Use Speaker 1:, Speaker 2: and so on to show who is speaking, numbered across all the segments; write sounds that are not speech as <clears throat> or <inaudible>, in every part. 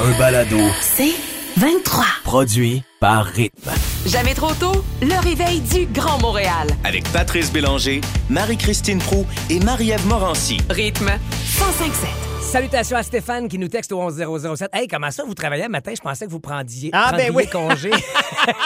Speaker 1: Un balado
Speaker 2: C'est 23.
Speaker 1: produit par Rythme.
Speaker 2: Jamais trop tôt, le réveil du Grand Montréal.
Speaker 3: avec Patrice Bélanger, Marie-Christine Prou et Marie-Ève Morancy.
Speaker 2: Rythme 1057.
Speaker 4: Salutations à Stéphane qui nous texte au 11007. Hey, comment ça vous travaillez le matin? Je pensais que vous prendiez,
Speaker 5: Ah,
Speaker 4: prendriez
Speaker 5: ben oui.
Speaker 4: congé.
Speaker 6: <laughs>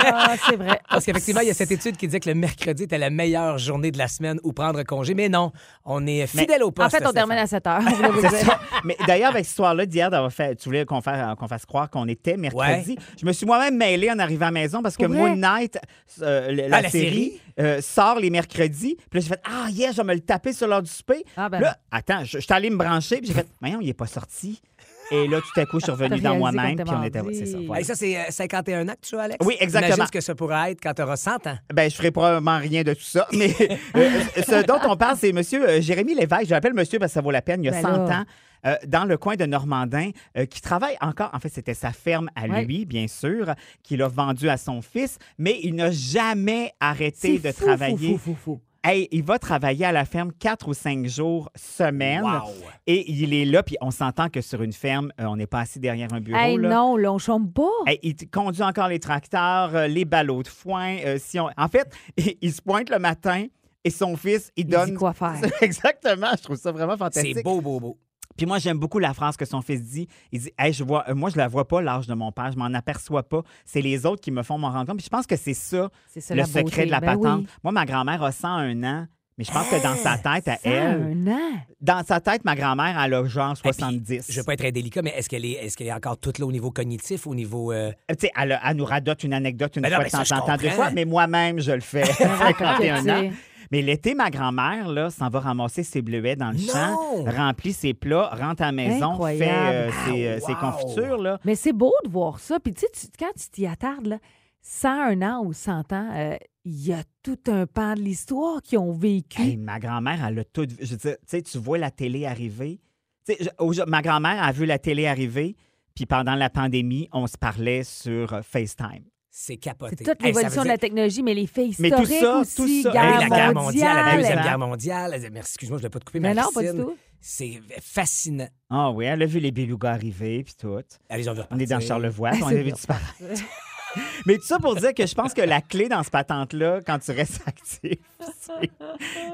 Speaker 6: Ah, c'est vrai.
Speaker 4: Parce qu'effectivement, il y a cette étude qui dit que le mercredi était la meilleure journée de la semaine où prendre congé. Mais non, on est fidèle au
Speaker 6: En
Speaker 4: poste.
Speaker 6: fait, on termine à 7 heures. on voulait vous le dire.
Speaker 5: Mais d'ailleurs, avec cette histoire-là d'hier, d'avoir fait, tu voulais qu'on fasse, qu'on fasse croire qu'on était mercredi.
Speaker 4: Ouais.
Speaker 5: Je me suis moi-même mêlée en arrivant à la maison parce que
Speaker 6: Pour
Speaker 5: Moon
Speaker 6: vrai?
Speaker 5: Knight, euh, le- la,
Speaker 4: la série?
Speaker 5: série, euh, sort les mercredis. Puis là, j'ai fait Ah, hier, je vais me le taper sur l'heure du souper.
Speaker 6: Ah, ben.
Speaker 5: Là, attends, je je suis allée me brancher. Puis j'ai fait Voyons, il n'est pas sorti. Et là, tout à coup, je suis revenue
Speaker 6: <laughs> T'as
Speaker 5: dans
Speaker 6: réalisé
Speaker 5: moi-même.
Speaker 6: qu'on
Speaker 5: Puis
Speaker 6: était
Speaker 5: on était. ouais,
Speaker 6: mardi.
Speaker 5: c'est ça, voilà.
Speaker 4: Hey, ça, c'est euh, 51 ans que tu as, Alex?
Speaker 5: Oui, exactement.
Speaker 4: Imagine ce que ça pourrait être quand tu auras 100 ans.
Speaker 5: <laughs> Ben, je ferai probablement rien de tout ça. Mais euh, ce dont on parle, c'est Monsieur euh, Jérémy Lévesque. Je l'appelle Monsieur parce que ça vaut la peine. Il y a
Speaker 6: Ben
Speaker 5: 100
Speaker 6: là.
Speaker 5: ans. euh, dans le coin de Normandin, euh, qui travaille encore. En fait, c'était sa ferme à
Speaker 6: Ouais.
Speaker 5: lui, bien sûr, qu'il a vendue à son fils, mais il n'a jamais arrêté
Speaker 6: C'est
Speaker 5: de
Speaker 6: fou,
Speaker 5: travailler.
Speaker 6: fou, fou, fou, fou.
Speaker 5: Hey, il va travailler à la ferme quatre ou cinq jours semaine.
Speaker 4: Wow.
Speaker 5: Et il est là, puis on s'entend que sur une ferme, euh, on n'est pas assis derrière un bureau.
Speaker 6: Hey,
Speaker 5: là.
Speaker 6: non, là, on chôme pas.
Speaker 5: <laughs> Hey, il t- conduit encore les tracteurs, euh, les ballots de foin. euh, si on... En fait, <laughs> il, il se pointe le matin et son fils, il
Speaker 6: Il
Speaker 5: donne.
Speaker 6: dit quoi
Speaker 5: <laughs>
Speaker 6: faire.
Speaker 5: Exactement, je trouve ça vraiment fantastique.
Speaker 4: C'est beau, beau, beau.
Speaker 5: Puis moi, j'aime beaucoup la phrase que son fils dit. Il dit hey, je vois, euh, Moi, je la vois pas, l'âge de mon père, je m'en aperçois pas. C'est les autres qui me font m'en rendre compte. Puis je pense que c'est ça,
Speaker 6: C'est ça,
Speaker 5: le
Speaker 6: la
Speaker 5: secret
Speaker 6: beauté.
Speaker 5: de la
Speaker 6: Ben
Speaker 5: patente.
Speaker 6: oui.
Speaker 5: Moi, ma grand-mère a 101 ans, mais je pense que dans sa tête, à
Speaker 6: Ça,
Speaker 5: elle,
Speaker 6: un
Speaker 5: <laughs>
Speaker 6: an.
Speaker 5: dans sa tête, ma grand-mère, elle a genre
Speaker 4: Hey, puis,
Speaker 5: 70.
Speaker 4: Je vais pas être indélicat, mais est-ce qu'elle est, est, qu'elle est encore toute là au niveau cognitif, au niveau. euh,
Speaker 5: Euh, tu sais, elle, a- elle nous radote une anecdote une
Speaker 4: Ben non,
Speaker 5: fois
Speaker 4: mais
Speaker 5: de
Speaker 4: ça, je
Speaker 5: temps en temps, deux
Speaker 4: comprends.
Speaker 5: fois, mais moi-même, je
Speaker 4: <laughs>
Speaker 5: le fais. <laughs> 51 ans.
Speaker 6: Tu sais.
Speaker 5: Mais l'été, ma grand-mère, là, s'en va ramasser ses bleuets dans le
Speaker 4: Non!
Speaker 5: champ, remplit ses plats, rentre à la maison,
Speaker 6: Incroyable.
Speaker 5: fait euh, ses, euh,
Speaker 4: Ah,
Speaker 5: ses
Speaker 4: wow!
Speaker 5: confitures, là.
Speaker 6: Mais c'est beau de voir ça. Puis tu sais, tu- quand tu t'y attardes, là, 101 ans ou 100 ans, euh, il y a tout un pan de l'histoire qu'ils ont vécu.
Speaker 5: Hey, ma grand-mère, elle a tout vu. Je veux dire, tu sais, tu vois la télé arriver. Tu sais, je- aujourd'hui, ma grand-mère a vu la télé arriver, puis pendant la pandémie, on se parlait sur euh, FaceTime.
Speaker 4: C'est capoté.
Speaker 6: c'est toute
Speaker 4: Hey, ça veut
Speaker 6: l'évolution de
Speaker 4: dire-
Speaker 6: la technologie, mais les faits
Speaker 5: Mais
Speaker 6: historiques
Speaker 5: tout ça,
Speaker 6: aussi,
Speaker 5: tout ça.
Speaker 6: guerre
Speaker 4: Hey, la guerre mondiale, la
Speaker 6: mondiale. Ah,
Speaker 4: deuxième guerre mondiale. la- Merci, excuse-moi, je ne l'ai pas te couper,
Speaker 6: Mais non, pas du
Speaker 4: Marie-Christine.
Speaker 6: tout.
Speaker 4: C'est fascinant.
Speaker 5: Ah oui, elle a vu les belugas arriver, puis tout.
Speaker 4: Allez, on veut
Speaker 5: On est dans
Speaker 4: repartir.
Speaker 5: Charlevoix,
Speaker 6: Ah,
Speaker 5: puis on
Speaker 6: c'est
Speaker 5: avait
Speaker 6: bien.
Speaker 5: disparaître. <laughs> Mais tout ça pour dire que je pense que la clé dans ce patente-là, quand tu restes actif, c'est-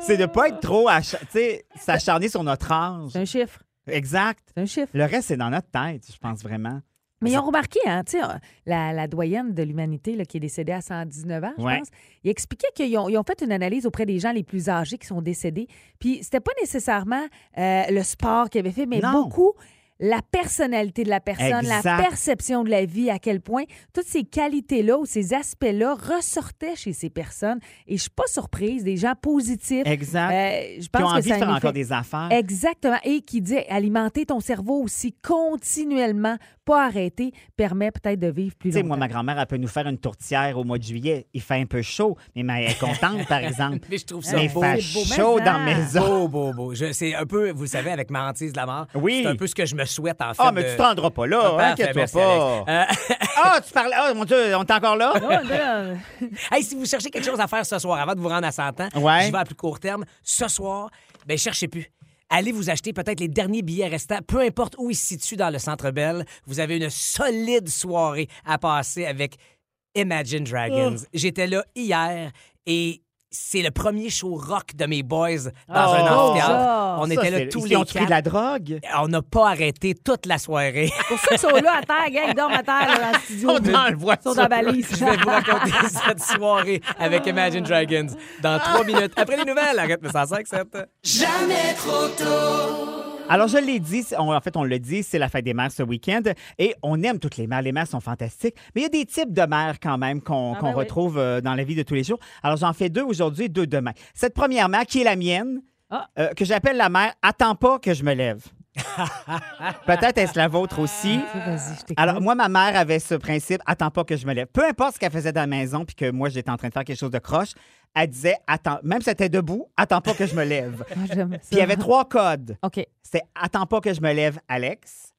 Speaker 5: c'est de ne pas être trop acharné, s'acharner sur notre âge.
Speaker 6: C'est un chiffre.
Speaker 5: Exact.
Speaker 6: C'est un chiffre.
Speaker 5: Le reste, c'est dans notre tête, je pense vraiment.
Speaker 6: Mais ils ont remarqué, hein, tu sais, euh, la, la doyenne de l'humanité là, qui est décédée à 119 ans, je
Speaker 5: Ouais.
Speaker 6: pense, il expliquait qu'ils ont, ils ont fait une analyse auprès des gens les plus âgés qui sont décédés. Puis c'était pas nécessairement euh, le sport qu'ils avaient fait, mais
Speaker 5: Non.
Speaker 6: beaucoup la personnalité de la personne, la
Speaker 5: Exact.
Speaker 6: perception de la vie, à quel point toutes ces qualités-là ou ces aspects-là ressortaient chez ces personnes. Et je suis pas surprise, des gens positifs. Euh,
Speaker 5: Exact.
Speaker 6: je
Speaker 5: Hein? Qui ont
Speaker 6: pense que
Speaker 5: envie de
Speaker 6: ça a
Speaker 5: faire
Speaker 6: un
Speaker 5: encore
Speaker 6: effet.
Speaker 5: des affaires.
Speaker 6: Exactement. Et qui dit alimenter ton cerveau aussi continuellement, pas arrêter, permet peut-être de vivre plus
Speaker 5: Tu sais,
Speaker 6: longtemps.
Speaker 5: moi, ma grand-mère, elle peut nous faire une tourtière au mois de juillet. Il fait un peu chaud, mais ma- elle est contente, par exemple.
Speaker 4: <laughs> Mais je trouve ça
Speaker 5: Mais il
Speaker 4: beau.
Speaker 5: fait
Speaker 6: C'est beau, mais
Speaker 5: chaud
Speaker 6: ça.
Speaker 5: dans la maison.
Speaker 4: Beau, beau, beau. Je- C'est un peu, vous le savez, avec ma hantise de la mort.
Speaker 5: Oui.
Speaker 4: C'est un peu ce que je me souhaite, en fait.
Speaker 5: Ah, mais
Speaker 4: de-
Speaker 5: tu te rendras pas là,
Speaker 4: Parfait,
Speaker 5: hein, inquiète-toi
Speaker 4: merci,
Speaker 5: pas.
Speaker 4: Alex. Euh, <laughs>
Speaker 5: Ah, tu parlais. Ah, mon Dieu, on est encore là?
Speaker 6: <laughs>
Speaker 4: hey, si vous cherchez quelque chose à faire ce soir, avant de vous rendre à 100 ans,
Speaker 5: Ouais.
Speaker 4: je vais à plus court terme. Ce soir, ben cherchez plus. Allez vous acheter peut-être les derniers billets restants, peu importe où ils se situent dans le Centre Bell. Vous avez une solide soirée à passer avec Imagine Dragons.
Speaker 5: Oh.
Speaker 4: J'étais là hier et c'est le premier show rock de mes boys dans
Speaker 5: Oh,
Speaker 4: un amphithéâtre.
Speaker 6: ça,
Speaker 4: On
Speaker 5: Ça,
Speaker 4: était là
Speaker 5: c'est-
Speaker 4: tous
Speaker 5: ils
Speaker 4: les
Speaker 5: ont pris
Speaker 4: quatre.
Speaker 5: de la drogue?
Speaker 4: On n'a pas arrêté toute la soirée.
Speaker 6: Pour ceux qui sont là à terre, gang, ils dorment à terre là, dans le studio.
Speaker 5: On est dans le
Speaker 6: Ils sont dans la
Speaker 5: voiture.
Speaker 6: balise.
Speaker 4: Je vais
Speaker 6: <laughs>
Speaker 4: vous raconter <laughs> cette soirée avec Imagine Dragons dans trois minutes. Après les nouvelles, arrête le 105,
Speaker 5: Alors, je l'ai dit, c'est- on- en fait, on le dit, c'est la fête des mères ce week-end et on aime toutes les mères. Les mères sont fantastiques, mais il y a des types de mères quand même qu'on
Speaker 6: Ah,
Speaker 5: qu'on
Speaker 6: ben oui.
Speaker 5: retrouve euh, dans la vie de tous les jours. Alors, j'en fais deux aujourd'hui et deux demain. Cette première mère, qui est la mienne,
Speaker 6: Ah.
Speaker 5: euh, que j'appelle la mère, attends pas que je me lève. <laughs> Peut-être est-ce la vôtre aussi.
Speaker 6: Ah. Vas-y, je t'écoute.
Speaker 5: Alors, moi, ma mère avait ce principe attends pas que je me lève. Peu importe ce qu'elle faisait dans la maison puis que moi, j'étais en train de faire quelque chose de croche, elle disait attends, même si elle était debout, attends pas que je
Speaker 6: <laughs>
Speaker 5: me lève.
Speaker 6: Ah, j'aime ça.
Speaker 5: Puis il y avait trois codes.
Speaker 6: OK.
Speaker 5: C'était Attends pas que je me lève, Alex.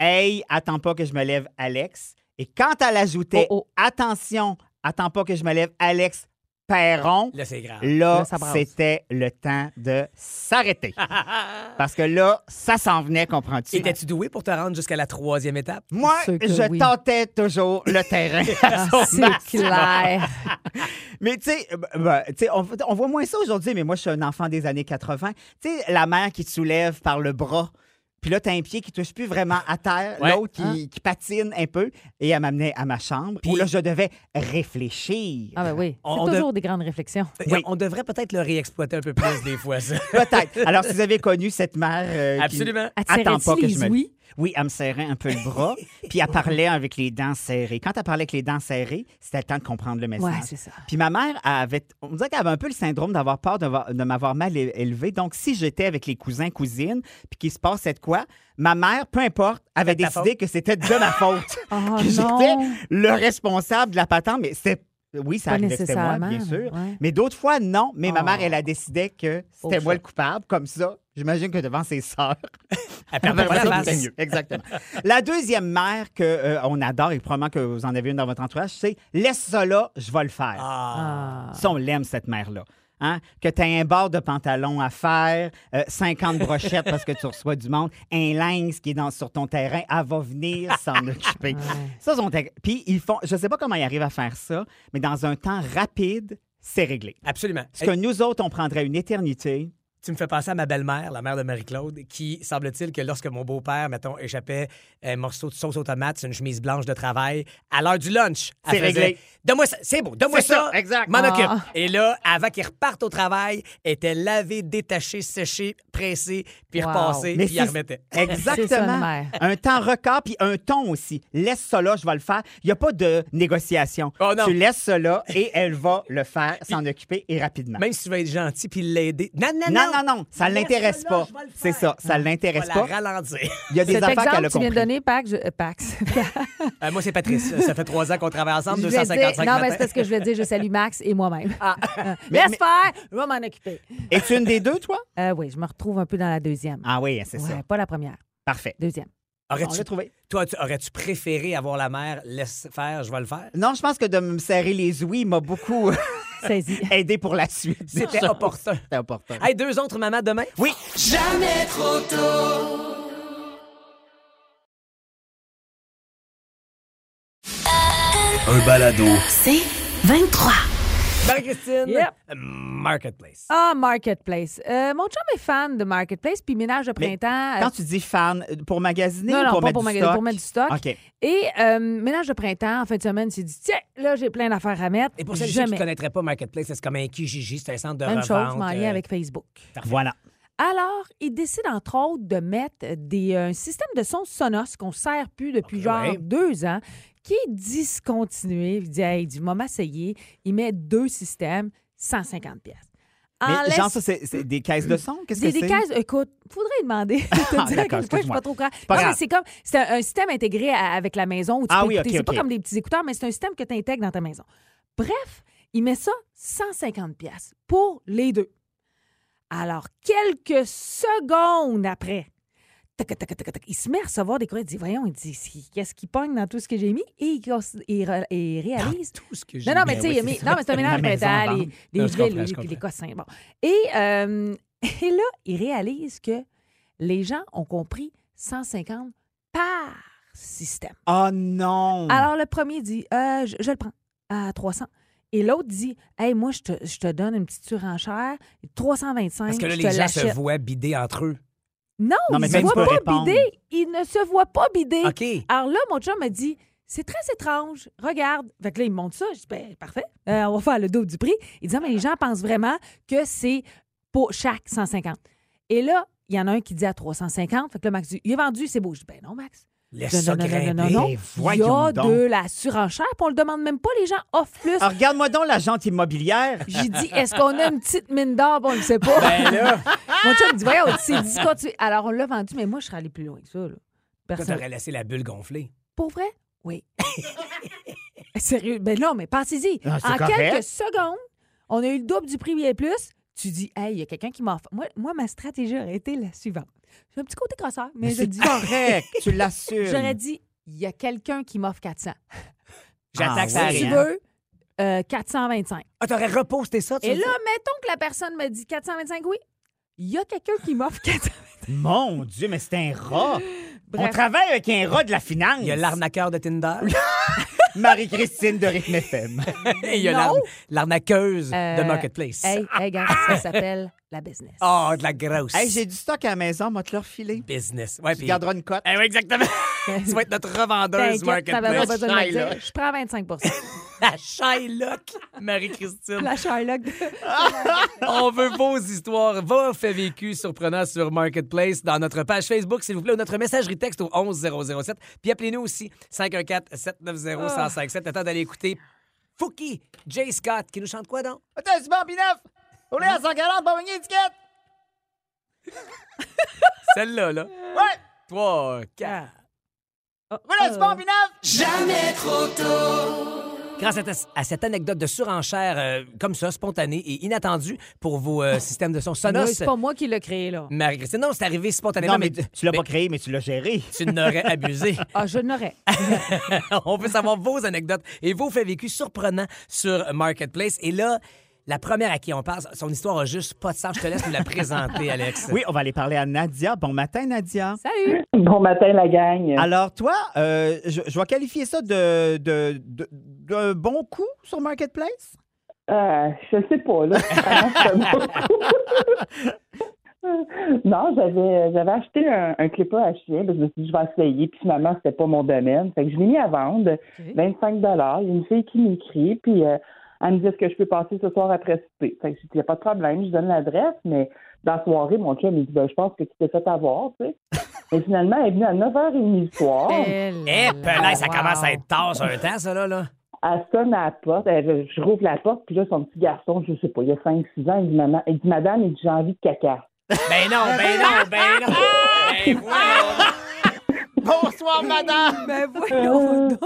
Speaker 5: Hey, attends pas que je me lève, Alex. Et quand elle ajoutait
Speaker 6: Oh, oh.
Speaker 5: Attention, attends pas que je me lève, Alex, Perron.
Speaker 4: Là, c'est grave.
Speaker 5: Là,
Speaker 6: Là, ça brasse.
Speaker 5: c'était le temps de
Speaker 6: <laughs>
Speaker 5: s'arrêter. Parce que là, ça s'en venait, comprends-tu?
Speaker 4: Étais-tu doué pour te rendre jusqu'à la troisième étape?
Speaker 5: Moi,
Speaker 6: Sûr que
Speaker 5: je
Speaker 6: oui.
Speaker 5: tentais toujours le terrain. <laughs> à son
Speaker 6: Ah, C'est
Speaker 5: max. <laughs>
Speaker 6: clair.
Speaker 5: Mais tu sais, euh, ben, tu sais, on, on voit moins ça aujourd'hui, mais moi, je suis un enfant des années 80. Tu sais, la mère qui te soulève par le bras. Puis là, t'as un pied qui touche plus vraiment à terre,
Speaker 4: Ouais. hein?
Speaker 5: l'autre qui, qui patine un peu. Et elle m'amenait à ma chambre où
Speaker 4: Puis-
Speaker 5: là, je devais réfléchir.
Speaker 6: Ah ben oui,
Speaker 4: On- on
Speaker 6: c'est toujours des grandes réflexions.
Speaker 5: Oui.
Speaker 4: On devrait peut-être le réexploiter un peu plus des fois, ça. <laughs>
Speaker 5: Peut-être. Alors, si vous avez connu cette mère... euh, qui-
Speaker 4: Absolument.
Speaker 6: Elle te
Speaker 5: Attends
Speaker 6: serrait-tu
Speaker 5: pas que
Speaker 6: les
Speaker 5: je me...
Speaker 6: ouïes?
Speaker 5: Oui, elle me serrait un peu
Speaker 6: <laughs>
Speaker 5: le bras, puis elle parlait avec les dents serrées. Quand elle parlait avec les dents serrées, c'était le temps de comprendre le message.
Speaker 6: Ouais, c'est ça.
Speaker 5: Puis ma mère elle avait, on dirait qu'elle avait un peu le syndrome d'avoir peur de, va- de m'avoir mal é- élevé. Donc, si j'étais avec les cousins, cousines, puis qu'il se passait de quoi, ma mère, peu importe, avait
Speaker 4: C'était de ta
Speaker 5: décidé que c'était de ma faute.
Speaker 6: <laughs> Oh
Speaker 5: que j'étais
Speaker 6: non!
Speaker 5: le responsable de la patente, mais c'était... Oui, ça
Speaker 6: Pas
Speaker 5: arrivait que c'était moi, bien
Speaker 6: nécessairement,
Speaker 5: sûr.
Speaker 6: ouais.
Speaker 5: Mais d'autres fois, non. Mais ma
Speaker 6: Oh.
Speaker 5: mère, elle a décidé que c'était
Speaker 6: Au
Speaker 5: moi
Speaker 6: choix.
Speaker 5: le coupable, comme ça. J'imagine que devant ses sœurs,
Speaker 4: Elle perdait pas la
Speaker 5: Vraiment,
Speaker 4: face.
Speaker 5: c'est mieux. <laughs> Exactement. la deuxième mère que euh, on adore et probablement que vous en avez une dans votre entourage, c'est laisse ça là, je vais le faire.
Speaker 6: Ah.
Speaker 5: Ça, on l'aime, cette mère-là. Hein? Que tu as un bord de pantalon à faire, euh, 50 brochettes parce que tu reçois du monde, un lynx qui est dans, sur ton terrain, elle va venir s'en occuper. Ça, sont... Puis ils font, je sais pas comment ils arrivent à faire ça, mais dans un temps rapide, c'est réglé.
Speaker 4: Absolument.
Speaker 5: Ce que nous autres, on prendrait une éternité.
Speaker 4: Tu me fais penser à ma belle-mère, la mère de Marie-Claude, qui, semble-t-il, que lorsque mon beau-père, mettons, échappait un morceau de sauce aux tomates, sur une chemise blanche de travail, à l'heure du lunch, elle
Speaker 5: C'est
Speaker 4: faisait,
Speaker 5: réglé.
Speaker 4: Donne-moi ça, c'est beau, donne-moi
Speaker 5: C'est ça,
Speaker 4: ça,
Speaker 5: exact.
Speaker 4: m'en
Speaker 5: Ah.
Speaker 4: occupe. Et là, avant qu'il reparte au travail, elle était lavée, détachée, séchée, pressée, puis
Speaker 6: Wow.
Speaker 4: repassée,
Speaker 5: Mais
Speaker 4: puis elle
Speaker 5: c'est-
Speaker 4: remettait.
Speaker 5: <laughs> Exactement.
Speaker 6: C'est ça, une mère.
Speaker 5: un temps record puis un ton aussi. Laisse ça là, je vais le faire. Il n'y a pas de négociation.
Speaker 4: Oh non.
Speaker 5: tu laisses ça là et elle va le faire, s'en occuper et rapidement.
Speaker 4: Même si tu veux être gentil puis l'aider. Non, non, non.
Speaker 5: Non, non, non, ça
Speaker 4: Laisse
Speaker 5: l'intéresse
Speaker 4: ça là,
Speaker 5: pas.
Speaker 4: je vais le faire.
Speaker 5: C'est ça, ça
Speaker 4: On
Speaker 5: l'intéresse
Speaker 4: va
Speaker 5: pas.
Speaker 4: la ralentir. <laughs>
Speaker 5: Il y a des
Speaker 6: Cet
Speaker 5: affaires
Speaker 6: exemple
Speaker 5: qu'elle a
Speaker 6: que tu viens de
Speaker 5: compris.
Speaker 6: donner, Pax, je- euh,
Speaker 5: <laughs>
Speaker 6: Pax.
Speaker 4: Euh, moi, c'est Patrice. Ça fait trois ans qu'on travaille ensemble,
Speaker 6: Je voulais dire-
Speaker 4: 255
Speaker 6: non, mais
Speaker 4: matins.
Speaker 6: c'est parce que je voulais dire, je salue Max et moi-même. <laughs> Euh,
Speaker 5: Ah. Mais-
Speaker 6: Laisse
Speaker 5: mais-
Speaker 6: faire, je vais m'en occuper.
Speaker 5: Es-tu une des deux, toi?
Speaker 6: Euh, oui, je me retrouve un peu dans la deuxième.
Speaker 5: Ah oui, c'est
Speaker 6: Ouais,
Speaker 5: ça.
Speaker 6: Pas la première,
Speaker 5: Parfait. <laughs>
Speaker 6: deuxième.
Speaker 5: On
Speaker 4: Aurais-tu-
Speaker 5: l'a trouvé.
Speaker 4: toi, tu- aurais-tu préféré avoir la mère, laisse faire, je vais le faire?
Speaker 5: Non, je pense que de me serrer les ouïes
Speaker 6: <laughs>
Speaker 5: m'a beaucoup
Speaker 6: Saisie.
Speaker 5: aidé pour la suite.
Speaker 4: C'était opportun.
Speaker 5: C'était opportun.
Speaker 4: Hey, deux autres mamans demain?
Speaker 5: Oui.
Speaker 1: Un balado.
Speaker 2: C'est 23.
Speaker 4: Marie-Christine,
Speaker 6: Yep.
Speaker 4: Ben, Marketplace.
Speaker 6: Ah, Marketplace. Euh, mon chum est fan de Marketplace, puis ménage de
Speaker 5: Mais
Speaker 6: printemps. euh,
Speaker 5: Quand tu dis fan, pour magasiner
Speaker 6: Ah, non,
Speaker 5: ou
Speaker 6: non,
Speaker 5: pour
Speaker 6: pas
Speaker 5: mettre
Speaker 6: pour,
Speaker 5: du
Speaker 6: magasiner,
Speaker 5: stock?
Speaker 6: pour mettre du stock.
Speaker 5: OK.
Speaker 6: Et euh, ménage de printemps, en fin de semaine, tu dis, tiens, là, j'ai plein d'affaires à mettre.
Speaker 4: Et pour celles et ceux qui
Speaker 6: Jamais.
Speaker 4: ne connaîtraient pas Marketplace, c'est comme un Kijiji, c'est un centre de
Speaker 6: Même
Speaker 4: revente.
Speaker 6: chose, je m'en lien
Speaker 4: euh,
Speaker 6: avec Facebook.
Speaker 5: Voilà.
Speaker 6: Alors, il décide, entre autres, de mettre des, euh, un système de son Sonos qu'on ne sert plus depuis
Speaker 4: Ok,
Speaker 6: genre
Speaker 4: ouais.
Speaker 6: deux ans, qui est discontinué. Il dit, hey, du moment essayé, il met deux systèmes, 150 pièces.
Speaker 5: Mais
Speaker 6: En
Speaker 5: genre,
Speaker 6: laisse-
Speaker 5: ça, c'est c'est des caisses de son? Qu'est-ce que
Speaker 6: Des,
Speaker 5: c'est?
Speaker 6: des cases, écoute, faudrait demander. Je te
Speaker 5: <laughs>
Speaker 6: dirais
Speaker 5: Ah, d'accord,
Speaker 6: à quel point je suis
Speaker 5: excuse-moi.
Speaker 6: pas trop clair.
Speaker 5: pas
Speaker 6: Non, mais
Speaker 5: grave.
Speaker 6: c'est comme c'est un, un système intégré à- avec la maison où tu
Speaker 5: Ah
Speaker 6: peux
Speaker 5: oui,
Speaker 6: écouter.
Speaker 5: ok,
Speaker 6: c'est
Speaker 5: ok.
Speaker 6: pas comme des petits écouteurs, mais c'est un système que tu intègres dans ta maison. Bref, il met ça 150 pièces pour les deux. Alors, quelques secondes après, tac, tac, tac, tac, tac, il se met à recevoir des courriels. Il dit Voyons, il dit C'est- qu'est-ce qui pogne dans tout ce que j'ai mis Et il, cons- il re- il réalise
Speaker 4: Tout ce que j'ai ben
Speaker 6: non, non, mais
Speaker 4: mis.
Speaker 6: tu sais, il
Speaker 5: oui,
Speaker 6: y a mis-
Speaker 5: c'est
Speaker 6: non,
Speaker 5: ça.
Speaker 6: mais
Speaker 4: <laughs>
Speaker 6: c'est un
Speaker 5: La
Speaker 6: mélange
Speaker 5: maison à
Speaker 6: mental,
Speaker 5: vendre.
Speaker 6: les, les
Speaker 4: Non, je
Speaker 6: villes,
Speaker 4: comprends, je
Speaker 6: les,
Speaker 4: comprends.
Speaker 6: les cossins. Bon. Et, euh, <laughs> et là, il réalise que les gens ont compris 150 par système.
Speaker 5: Oh
Speaker 4: Hmm.
Speaker 5: non!
Speaker 6: Alors, le premier dit Euh, je, je le prends à 300. Et l'autre dit Hey, moi, je te, je te donne une petite surenchère, 325.
Speaker 4: Parce que là,
Speaker 6: je
Speaker 4: les
Speaker 6: te
Speaker 4: gens se
Speaker 6: l'achète.
Speaker 4: voient bider entre eux.
Speaker 6: Non,
Speaker 5: Non, mais
Speaker 6: ils
Speaker 5: même
Speaker 6: ne se
Speaker 5: tu peux
Speaker 6: voient pas
Speaker 5: répondre.
Speaker 6: bider. Ils ne se voient pas bider.
Speaker 4: OK.
Speaker 6: Alors là, mon chum m'a dit c'est très étrange, regarde. Fait que là, il me montre ça. Je dis ben, parfait, Euh, on va faire le double du prix. Il dit Ah, mais les gens pensent vraiment que c'est pour chaque 150. Et là, il y en a un qui dit à 350. Fait que là, Max dit il est vendu, c'est beau. Je dis ben non, Max.
Speaker 4: Laisse
Speaker 6: Non,
Speaker 4: ça
Speaker 6: non, non,
Speaker 4: grimper.
Speaker 6: non, non, non.
Speaker 5: Ben,
Speaker 6: Il y
Speaker 5: voyons
Speaker 6: a
Speaker 5: donc.
Speaker 6: de la surenchère, puis on le demande même pas. Les gens offrent plus.
Speaker 5: Ah, Regarde-moi donc l'agente immobilière.
Speaker 6: J'ai dit, est-ce qu'on a une petite mine d'or? Bon, on ne sait pas.
Speaker 4: Ben là,
Speaker 6: <laughs> Mon chum dit, voyons, c'est discontinué. Alors, on l'a vendu, mais moi, je serais allé plus loin que ça. Là.
Speaker 4: toi,
Speaker 6: Personne.
Speaker 4: t'aurais laissé la bulle gonfler.
Speaker 6: Pour vrai? Oui. <laughs> Sérieux? Ben non, mais pensez-y.
Speaker 5: Ah, c'est
Speaker 6: en
Speaker 5: correct.
Speaker 6: quelques secondes, on a eu le double du prix bien plus. Tu dis, hey, il y a quelqu'un qui m'offre. Moi, moi, ma stratégie aurait été la suivante. J'ai un petit côté crosseur, <laughs> mais, je
Speaker 5: c'est
Speaker 6: dis,
Speaker 5: correct, tu l'assumes.
Speaker 6: j'aurais dit, il y a quelqu'un qui m'offre 400.
Speaker 4: J'attaque
Speaker 5: Ah
Speaker 4: ça
Speaker 5: oui,
Speaker 6: Si tu
Speaker 5: hein?
Speaker 4: arrive.
Speaker 6: veux, euh, 425.
Speaker 4: Ah, t'aurais reposté ça, tu
Speaker 6: Et
Speaker 4: veux
Speaker 6: là,
Speaker 4: dire?
Speaker 6: mettons que la personne me dit 425, oui. Il y a quelqu'un qui m'offre 425.
Speaker 5: Mon Dieu, mais c'est un rat. On
Speaker 6: Bref.
Speaker 5: travaille avec un rat de la finance.
Speaker 4: Il y a l'arnaqueur
Speaker 6: <laughs>
Speaker 4: de Tinder.
Speaker 5: <laughs> Marie-Christine de Rythme FM.
Speaker 4: Il y a l'ar-
Speaker 6: Non.
Speaker 4: l'arnaqueuse de
Speaker 6: Euh,
Speaker 4: Marketplace.
Speaker 6: Hey, hey, gars, ça s'appelle la business.
Speaker 4: Oh, de la grosse
Speaker 5: <laughs> hey, j'ai du stock à la maison, moi, te le refiler.
Speaker 4: business. Ouais,
Speaker 5: Tu
Speaker 4: puis...
Speaker 5: garderas une cote.
Speaker 4: Eh
Speaker 6: <laughs>
Speaker 4: oui, exactement. tu vas être notre revendeuse du
Speaker 6: T'inquiète, t'avais pas Ben,
Speaker 4: Marketplace.
Speaker 6: besoin de me le
Speaker 5: Shylock.
Speaker 6: dire. Je prends 25
Speaker 4: La Shylock, Marie-Christine.
Speaker 6: La Sherlock.
Speaker 4: On veut vos histoires, vos faits vécus surprenants sur Marketplace dans notre page Facebook, s'il vous plaît, ou notre messagerie texte au 11007. Puis appelez-nous aussi 514-790-1057. Le temps d'aller écouter Fouki, Jay Scott, qui nous chante quoi donc?
Speaker 5: Attends, c'est bon, puis neuf. On est à 140, pas gagner étiquette.
Speaker 4: Celle-là, là.
Speaker 5: Ouais.
Speaker 4: 3,
Speaker 6: Ah.
Speaker 4: 4.
Speaker 5: Voilà,
Speaker 6: Euh.
Speaker 5: c'est bon, puis neuf.
Speaker 4: Grâce à, ta- à cette anecdote de surenchère euh, comme ça, spontanée et inattendue pour vos euh, systèmes de son
Speaker 6: Non,
Speaker 4: Sonos.
Speaker 6: c'est pas moi qui l'ai créé, là.
Speaker 4: Marie-Christine, non, c'est arrivé spontanément.
Speaker 5: Non, mais tu l'as
Speaker 4: mais
Speaker 5: pas créé, mais tu l'as géré.
Speaker 4: Tu n'aurais
Speaker 5: <laughs>
Speaker 4: abusé. <laughs>
Speaker 6: Ah, je n'aurais.
Speaker 4: On veut savoir vos anecdotes et vos faits vécus surprenants sur Marketplace. Et là, la première à qui on parle, son histoire a juste pas de sens. Je te laisse nous la présenter, Alex.
Speaker 5: Oui, on va aller parler à Nadia. Bon matin, Nadia.
Speaker 4: <laughs>
Speaker 6: Salut.
Speaker 7: Bon matin, la gang.
Speaker 5: Alors, toi, euh, je, je vais qualifier ça de, de, de- d'un bon coup sur Marketplace?
Speaker 7: Euh, je sais pas, là. non, j'avais, j'avais acheté un, un clip à chien. parce que Je me suis dit, je vais essayer. Puis finalement, c'était pas mon domaine. Fait que je l'ai mis à vendre.
Speaker 4: Ben
Speaker 7: 25 Il y a une fille qui m'écrit. Puis euh, elle me dit, est-ce que je peux passer ce soir après souper? Fait que j'ai dit, il n'y a pas de problème. Je donne l'adresse. Mais dans la soirée, mon chum, il dit, ben, je pense que tu t'es fait avoir, tu sais. Mais finalement, elle est venue à 9h30 du soir.
Speaker 4: Eh, là, ça
Speaker 6: Wow.
Speaker 4: commence à être tard sur un temps, ça, là. là.
Speaker 7: Elle sonne à la porte, elle- je, je rouvre la porte, puis là, son petit garçon, je sais pas, il a 5-6 ans, il dit, maman, il dit, madame, il dit, j'ai envie de caca.
Speaker 4: Ben non,
Speaker 5: <laughs>
Speaker 4: ben non, ben non. Ben voilà.
Speaker 5: Bonsoir,
Speaker 4: <laughs>
Speaker 5: madame!
Speaker 6: Ben voyons donc.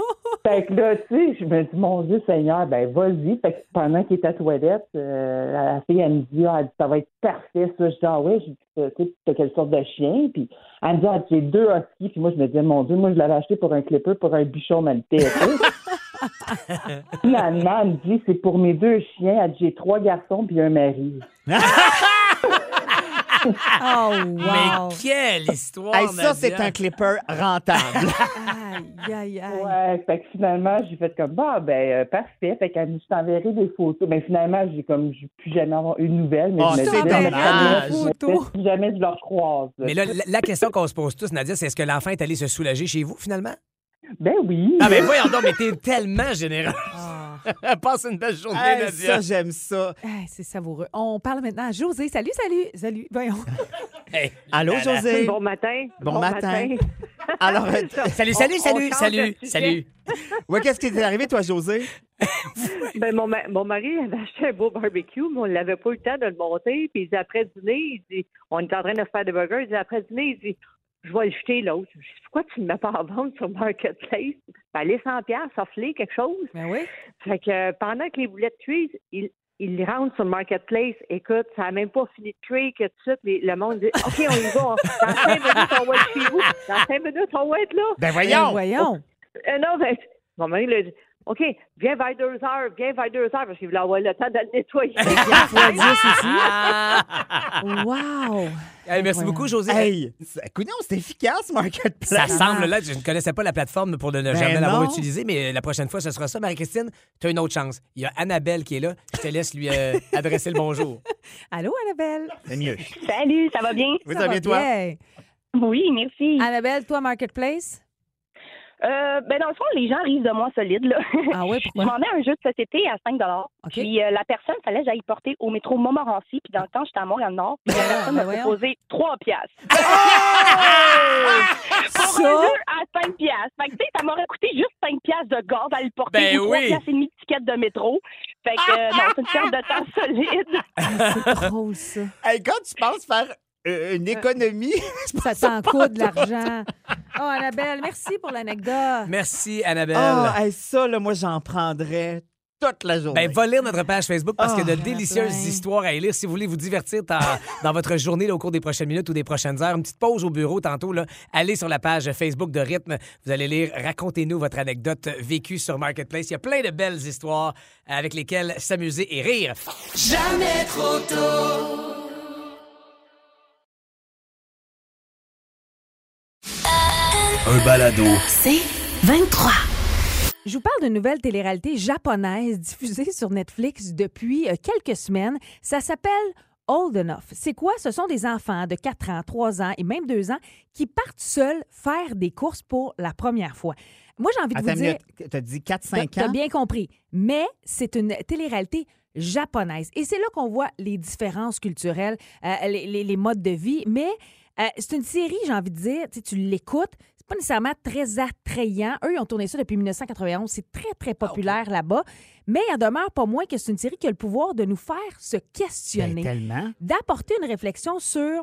Speaker 7: Fait que là, tu sais, je me dis, mon Dieu Seigneur, ben vas-y. Fait que pendant qu'il était à la toilette, euh, la la fille, elle me dit, ah, elle dit, ça va être parfait, ça. Je dis, ah ouais, je dis, tu sais, t'as quelle sorte de chien? Puis elle me dit, ah, j'ai deux huskies. Puis moi, je me dis, mon Dieu, moi, je l'avais acheté pour un clipper, pour un bichon maltais. tu sais. Finalement, elle me dit, c'est pour mes deux chiens. Elle dit, j'ai trois garçons, puis un mari.
Speaker 6: Oh, wow.
Speaker 4: Ah. <laughs> Mais quelle histoire!
Speaker 5: Hey, ça,
Speaker 4: Nadia.
Speaker 5: c'est un clipper rentable.
Speaker 6: Aïe, aïe, aïe.
Speaker 7: Ouais, fait que finalement, j'ai fait comme, bah, ben, euh, parfait. Fait qu'elle me dit, je t'enverrai des photos. Mais finalement, j'ai comme, j'ai plus jamais avoir une nouvelle. Mais
Speaker 5: Oh,
Speaker 7: je me
Speaker 5: c'est
Speaker 7: disais,
Speaker 5: dommage.
Speaker 7: on a
Speaker 6: Des
Speaker 7: jamais-
Speaker 6: photos.
Speaker 7: Si jamais je leur croise.
Speaker 4: Mais là, la, la question qu'on se pose tous, Nadia, c'est est-ce que l'enfant est allé se soulager chez vous,
Speaker 5: <laughs>
Speaker 4: finalement?
Speaker 7: Ben oui.
Speaker 4: Ah, ben voyons donc, mais t'es tellement généreux.
Speaker 6: Ah.
Speaker 4: <laughs> Passe une belle journée,
Speaker 5: Hey,
Speaker 4: Nadia.
Speaker 5: ça, j'aime ça.
Speaker 6: Hey, c'est savoureux. On parle maintenant à José. Salut, salut, salut.
Speaker 4: <laughs>
Speaker 6: Voyons.
Speaker 4: Hey.
Speaker 5: Allô, José?
Speaker 8: Bon matin. <laughs>
Speaker 5: Bon matin. <laughs> Alors, euh,
Speaker 4: Salut, salut,
Speaker 8: On- on
Speaker 4: salut,
Speaker 8: change
Speaker 4: salut,
Speaker 8: de sujet.
Speaker 4: salut.
Speaker 5: ouais, qu'est-ce qui t'est arrivé, toi, José?
Speaker 8: Ben, mon, ma- mon mari avait acheté un beau barbecue, mais on n'avait pas eu le temps de le monter. Puis il dit, après dîner, il dit, on est en train de se faire des burgers. Il dit, après dîner, il dit, je vais le jeter l'autre. Je dis, pourquoi tu ne le mets pas en vente sur Marketplace? Ben, allez 100 piastres, offlez quelque chose.
Speaker 6: Ben oui.
Speaker 8: Fait que euh, pendant que les boulettes cuisent, ils ils les rentrent sur Marketplace. Écoute, ça n'a même pas fini de cuire que tout de suite, les- le monde dit, OK, on y va. Dans cinq minutes, on va être chez vous. Dans cinq minutes, on va être là.
Speaker 5: Ben
Speaker 6: Ben,
Speaker 4: <laughs>
Speaker 5: voyons!
Speaker 6: voyons.
Speaker 8: Euh, non, ben, mon mari lui a dit, OK, viens vers deux heures, viens vers deux heures, parce qu'il voulait avoir le temps de le nettoyer.
Speaker 6: Wow.
Speaker 4: Ah. <laughs> Hey, merci
Speaker 6: Voilà.
Speaker 4: beaucoup, José.
Speaker 5: Hey, c'est- coudonc, c'est efficace, Marketplace.
Speaker 4: Ça semble là, je ne connaissais pas la plateforme pour ne jamais l'avoir
Speaker 5: non.
Speaker 4: utilisée, mais la prochaine fois, ce sera ça. Marie-Christine, tu as une autre chance. Il y a Annabelle qui est là. Je te laisse lui <laughs> euh, adresser le bonjour.
Speaker 6: Allô, Annabelle.
Speaker 5: C'est mieux.
Speaker 9: <laughs> Salut, ça va bien?
Speaker 5: Oui,
Speaker 6: Ça
Speaker 5: ça
Speaker 6: va
Speaker 5: vient, toi?
Speaker 6: bien?
Speaker 9: Oui, merci.
Speaker 6: Annabelle, toi, Marketplace?
Speaker 9: Euh, ben dans le fond, les gens risent de moi solide. Là.
Speaker 6: Ah ouais,
Speaker 9: Je
Speaker 6: pourquoi?
Speaker 9: demandais un jeu de société à 5
Speaker 6: OK.
Speaker 9: Puis euh, la personne, fallait que j'aille porter au métro Montmorency. Puis dans le temps, j'étais à Montréal-Nord. Puis la
Speaker 6: Ben
Speaker 9: personne
Speaker 6: non,
Speaker 9: m'a
Speaker 6: ben voyons.
Speaker 9: proposé 3 piastres. Pour
Speaker 6: Ça?
Speaker 9: un jeu à 5 piastres. Fait que, tu sais, ça m'aurait coûté juste 5 piastres de gaz à le porter.
Speaker 4: Ben
Speaker 9: ou 3
Speaker 4: oui.
Speaker 9: piastres et demi de ticket de métro. Fait que, euh, non, c'est une perte de temps <laughs> solide.
Speaker 6: C'est drôle, ça.
Speaker 5: Hey, quand tu penses faire euh, une économie,
Speaker 6: Ça t'en coûte de l'argent. Oh, Annabelle, merci pour l'anecdote.
Speaker 4: Merci, Annabelle.
Speaker 5: Ah, hey, ça, là, moi, j'en prendrais toute la journée.
Speaker 4: Ben, va lire notre page Facebook parce qu'il y a de
Speaker 6: il y en a
Speaker 4: délicieuses
Speaker 6: plein.
Speaker 4: histoires à lire. Si vous voulez vous divertir dans, <laughs> dans votre journée là, au cours des prochaines minutes ou des prochaines heures, une petite pause au bureau tantôt, là, allez sur la page Facebook de Rythme. Vous allez lire Racontez-nous votre anecdote vécue sur Marketplace. Il y a plein de belles histoires avec lesquelles s'amuser et rire.
Speaker 1: Un balado.
Speaker 2: C'est 23.
Speaker 6: Je vous parle d'une nouvelle télé-réalité japonaise diffusée sur Netflix depuis euh, quelques semaines. Ça s'appelle Old Enough. C'est quoi? Ce sont des enfants de 4 ans, 3 ans et même 2 ans qui partent seuls faire des courses pour la première fois. Moi, j'ai envie de
Speaker 5: Attends
Speaker 6: vous
Speaker 5: une
Speaker 6: dire...
Speaker 5: minute, t'as dit
Speaker 6: T'as
Speaker 5: 4-5
Speaker 6: t'as
Speaker 5: ans?
Speaker 6: bien compris. Mais c'est une télé-réalité japonaise. Et c'est là qu'on voit les différences culturelles, euh, les, les- les modes de vie. Mais euh, c'est une série, j'ai envie de dire, tu sais, tu l'écoutes, c'est pas nécessairement très attrayant. Eux, ils ont tourné ça depuis 1991. C'est très, très populaire là-bas. Mais il en demeure pas moins que c'est une série qui a le pouvoir de nous faire se
Speaker 5: Ben,
Speaker 6: questionner
Speaker 5: tellement.
Speaker 6: d'apporter une réflexion sur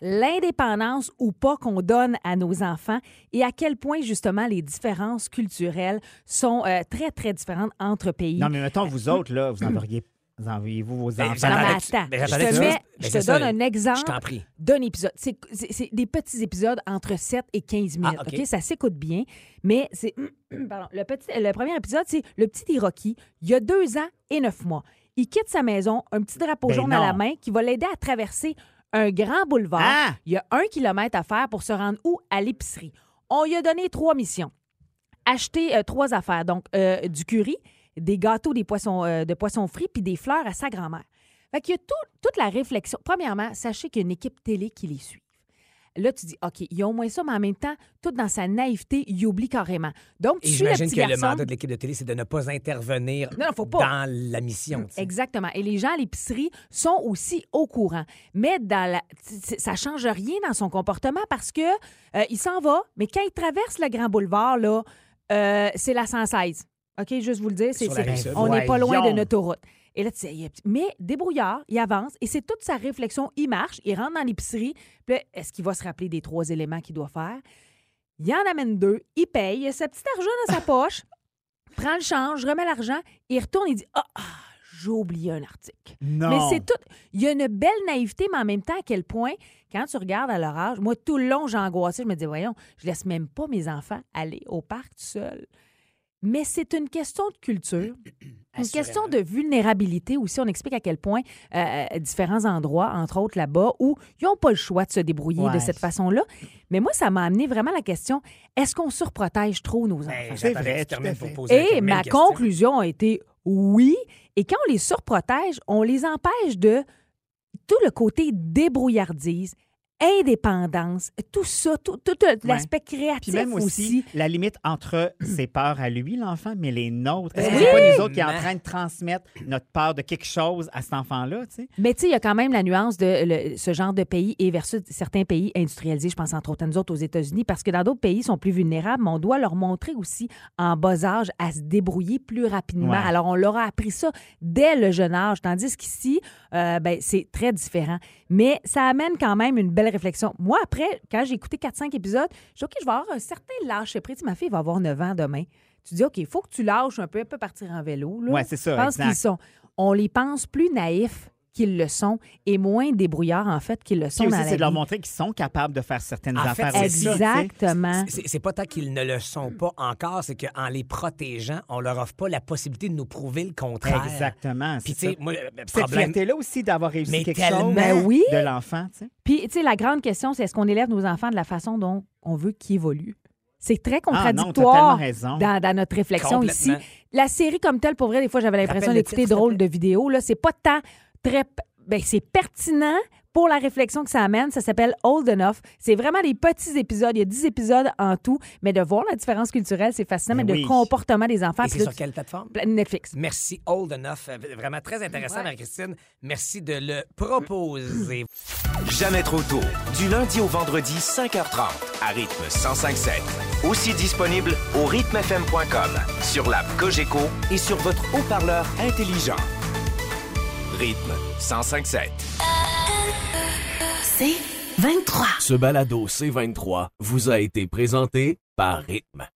Speaker 6: l'indépendance ou pas qu'on donne à nos enfants et à quel point justement les différences culturelles sont euh, très très différentes entre pays.
Speaker 5: Non, mais mettons, vous autres, là, vous enverriez, vous envoyez-vous vos
Speaker 4: Ben,
Speaker 5: enfants?
Speaker 6: Non, mais
Speaker 4: j'attendais-
Speaker 6: attends,
Speaker 4: ben,
Speaker 6: je
Speaker 4: j'attendais que
Speaker 6: te,
Speaker 4: tu
Speaker 6: mets-
Speaker 4: dises- ben,
Speaker 6: je te
Speaker 4: c'est ça,
Speaker 6: donne un
Speaker 4: Je
Speaker 6: exemple
Speaker 4: t'en prie.
Speaker 6: d'un épisode. C'est c'est- c'est des petits épisodes entre 7 et 15 minutes.
Speaker 4: Ah,
Speaker 6: OK,
Speaker 4: OK.
Speaker 6: ça s'écoute bien, mais c'est <clears throat> pardon, le petit le premier épisode, c'est le petit Hiroki, il y a deux ans et neuf mois. Il quitte sa maison, un petit drapeau
Speaker 5: Ben
Speaker 6: jaune à la
Speaker 5: non.
Speaker 6: main qui va l'aider à traverser un grand boulevard.
Speaker 5: Ah!
Speaker 6: Il y a un kilomètre à faire pour se rendre où? À l'épicerie. On lui a donné trois missions. Acheter euh, trois affaires, donc euh, du curry, des gâteaux des poissons, euh, de poissons frits, puis des fleurs à sa grand-mère. Fait qu'il y a tout- toute la réflexion. Premièrement, sachez qu'il y a une équipe télé qui les suit. Là, tu dis, OK, il y a au moins ça, mais en même temps, tout dans sa naïveté, il oublie carrément. Donc, tu
Speaker 4: Et
Speaker 6: suis le
Speaker 4: j'imagine
Speaker 6: petit
Speaker 4: que
Speaker 6: garçon.
Speaker 4: le mandat de l'équipe de télé, c'est de ne pas intervenir
Speaker 6: Non, non, faut pas.
Speaker 4: dans la mission. tu sais.
Speaker 6: Exactement. Et les gens à l'épicerie sont aussi au courant. Mais dans la... c'est- ça change rien dans son comportement parce que euh, il s'en va, mais quand il traverse le Grand Boulevard, là, euh, c'est la 116. OK, juste vous le dire, c'est,
Speaker 4: Sur la
Speaker 6: c'est-
Speaker 4: rive sud.
Speaker 6: on n'est pas loin
Speaker 5: Voyons.
Speaker 6: d'une autoroute. Et là, tu sais, il- mais débrouillard, il avance et c'est toute sa réflexion. Il marche, il rentre dans l'épicerie. Puis là, est-ce qu'il va se rappeler des trois éléments qu'il doit faire? Il en amène deux, il paye, il a sa petite argent
Speaker 4: <laughs>
Speaker 6: dans sa poche, prend le change, remet l'argent, il retourne et dit Ah, ah, j'ai oublié un article.
Speaker 5: Non.
Speaker 6: Mais c'est tout. Il y a une belle naïveté, mais en même temps, à quel point, quand tu regardes à leur âge, moi, tout le long, j'ai angoissé. Je me dis, voyons, je laisse même pas mes enfants aller au parc tout seuls. Mais c'est une question de
Speaker 5: <clears throat>
Speaker 6: culture, une question de vulnérabilité aussi. On explique à quel point euh, différents endroits, entre autres là-bas, où ils n'ont pas le choix de se débrouiller
Speaker 5: Ouais.
Speaker 6: de cette façon-là. Mais moi, ça m'a amené vraiment à la question est-ce qu'on surprotège trop nos enfants?
Speaker 4: Ben,
Speaker 5: C'est
Speaker 4: j'attendais que
Speaker 5: vrai,
Speaker 4: tu
Speaker 5: tout
Speaker 4: termines
Speaker 5: à
Speaker 4: pour
Speaker 5: fait.
Speaker 4: poser la
Speaker 6: Et
Speaker 4: même
Speaker 6: ma
Speaker 4: question.
Speaker 6: conclusion a été oui. Et quand on les surprotège, on les empêche de tout le côté débrouillardise, indépendance, tout ça, tout, tout, tout l'aspect
Speaker 5: Puis
Speaker 6: créatif
Speaker 5: même aussi,
Speaker 6: aussi.
Speaker 5: la limite entre ses peurs à lui, l'enfant, mais les nôtres. Est-ce que
Speaker 4: Oui.
Speaker 5: c'est pas nous autres qui est en
Speaker 4: Mais-
Speaker 5: train de transmettre notre peur de quelque chose à cet enfant-là, tu sais?
Speaker 6: Mais tu sais, il y a quand même la nuance de le- ce genre de pays et versus certains pays industrialisés, je pense entre autres à nous autres aux États-Unis, parce que dans d'autres pays, ils sont plus vulnérables, mais on doit leur montrer aussi en bas âge à se débrouiller plus rapidement.
Speaker 5: Ouais.
Speaker 6: Alors, on leur a appris ça dès le jeune âge, tandis qu'ici, euh, ben, c'est très différent. Mais ça amène quand même une belle réflexion. Moi, après, quand j'ai écouté 4-5 épisodes, je dis, OK, je vais avoir un certain lâche prise. Ma fille va avoir 9 ans demain. Tu dis, OK, il faut que tu lâches un peu, elle peut partir en vélo. Là.
Speaker 5: Ouais, c'est ça,
Speaker 6: Je pense
Speaker 5: exact.
Speaker 6: qu'ils sont. On les pense plus naïfs qu'ils le sont et moins débrouillards, en fait, qu'ils le sont
Speaker 5: Puis
Speaker 6: dans
Speaker 5: aussi,
Speaker 6: la
Speaker 5: c'est de leur
Speaker 6: vie.
Speaker 5: montrer qu'ils sont capables de faire certaines
Speaker 4: En fait,
Speaker 5: affaires
Speaker 4: c'est
Speaker 5: aussi,
Speaker 4: ça,
Speaker 5: tu sais.
Speaker 6: Exactement.
Speaker 4: C'est c'est pas tant qu'ils ne le sont pas encore, c'est qu'en les protégeant, on leur offre pas la possibilité de nous prouver le contraire.
Speaker 5: Exactement.
Speaker 4: Puis,
Speaker 5: c'est
Speaker 4: tu
Speaker 5: ça.
Speaker 4: sais, moi, le
Speaker 5: Cette
Speaker 4: problème.
Speaker 5: fierté-là aussi d'avoir réussi
Speaker 4: Mais
Speaker 5: quelque
Speaker 4: tellement.
Speaker 5: chose
Speaker 6: Ben oui.
Speaker 5: de l'enfant, tu sais.
Speaker 6: Puis, tu sais, la grande question, c'est est-ce qu'on élève nos enfants de la façon dont on veut qu'ils évoluent? C'est très
Speaker 5: Ah non, t'as
Speaker 6: contradictoire
Speaker 5: tellement raison.
Speaker 6: dans, dans notre réflexion ici.
Speaker 4: Complètement.
Speaker 6: La série comme telle, pour vrai, des fois, j'avais l'impression
Speaker 4: Rappelle le
Speaker 6: d'écouter
Speaker 4: titre, s'il te
Speaker 6: drôle de vidéos. Là, c'est pas tant très... p- Ben, c'est pertinent pour la réflexion que ça amène. Ça s'appelle Old Enough. C'est vraiment des petits épisodes. Il y a 10 épisodes en tout. Mais de voir la différence culturelle, c'est fascinant. Mais,
Speaker 5: Ben
Speaker 6: le
Speaker 5: oui.
Speaker 6: comportement des enfants...
Speaker 4: Et c'est
Speaker 6: puis là,
Speaker 4: sur quelle plateforme?
Speaker 6: tu- Netflix.
Speaker 4: Merci, Old Enough. Euh, Vraiment très intéressant, Marie-Christine. Merci de le proposer.
Speaker 3: Jamais trop tôt. Du lundi au vendredi, 5h30, à rythme 105.7. Aussi disponible au rythmefm.com, sur l'app Cogeco et sur votre haut-parleur intelligent. Rythme 105.7.
Speaker 2: C'est 23.
Speaker 1: Ce balado C23 vous a été présenté par Rythme.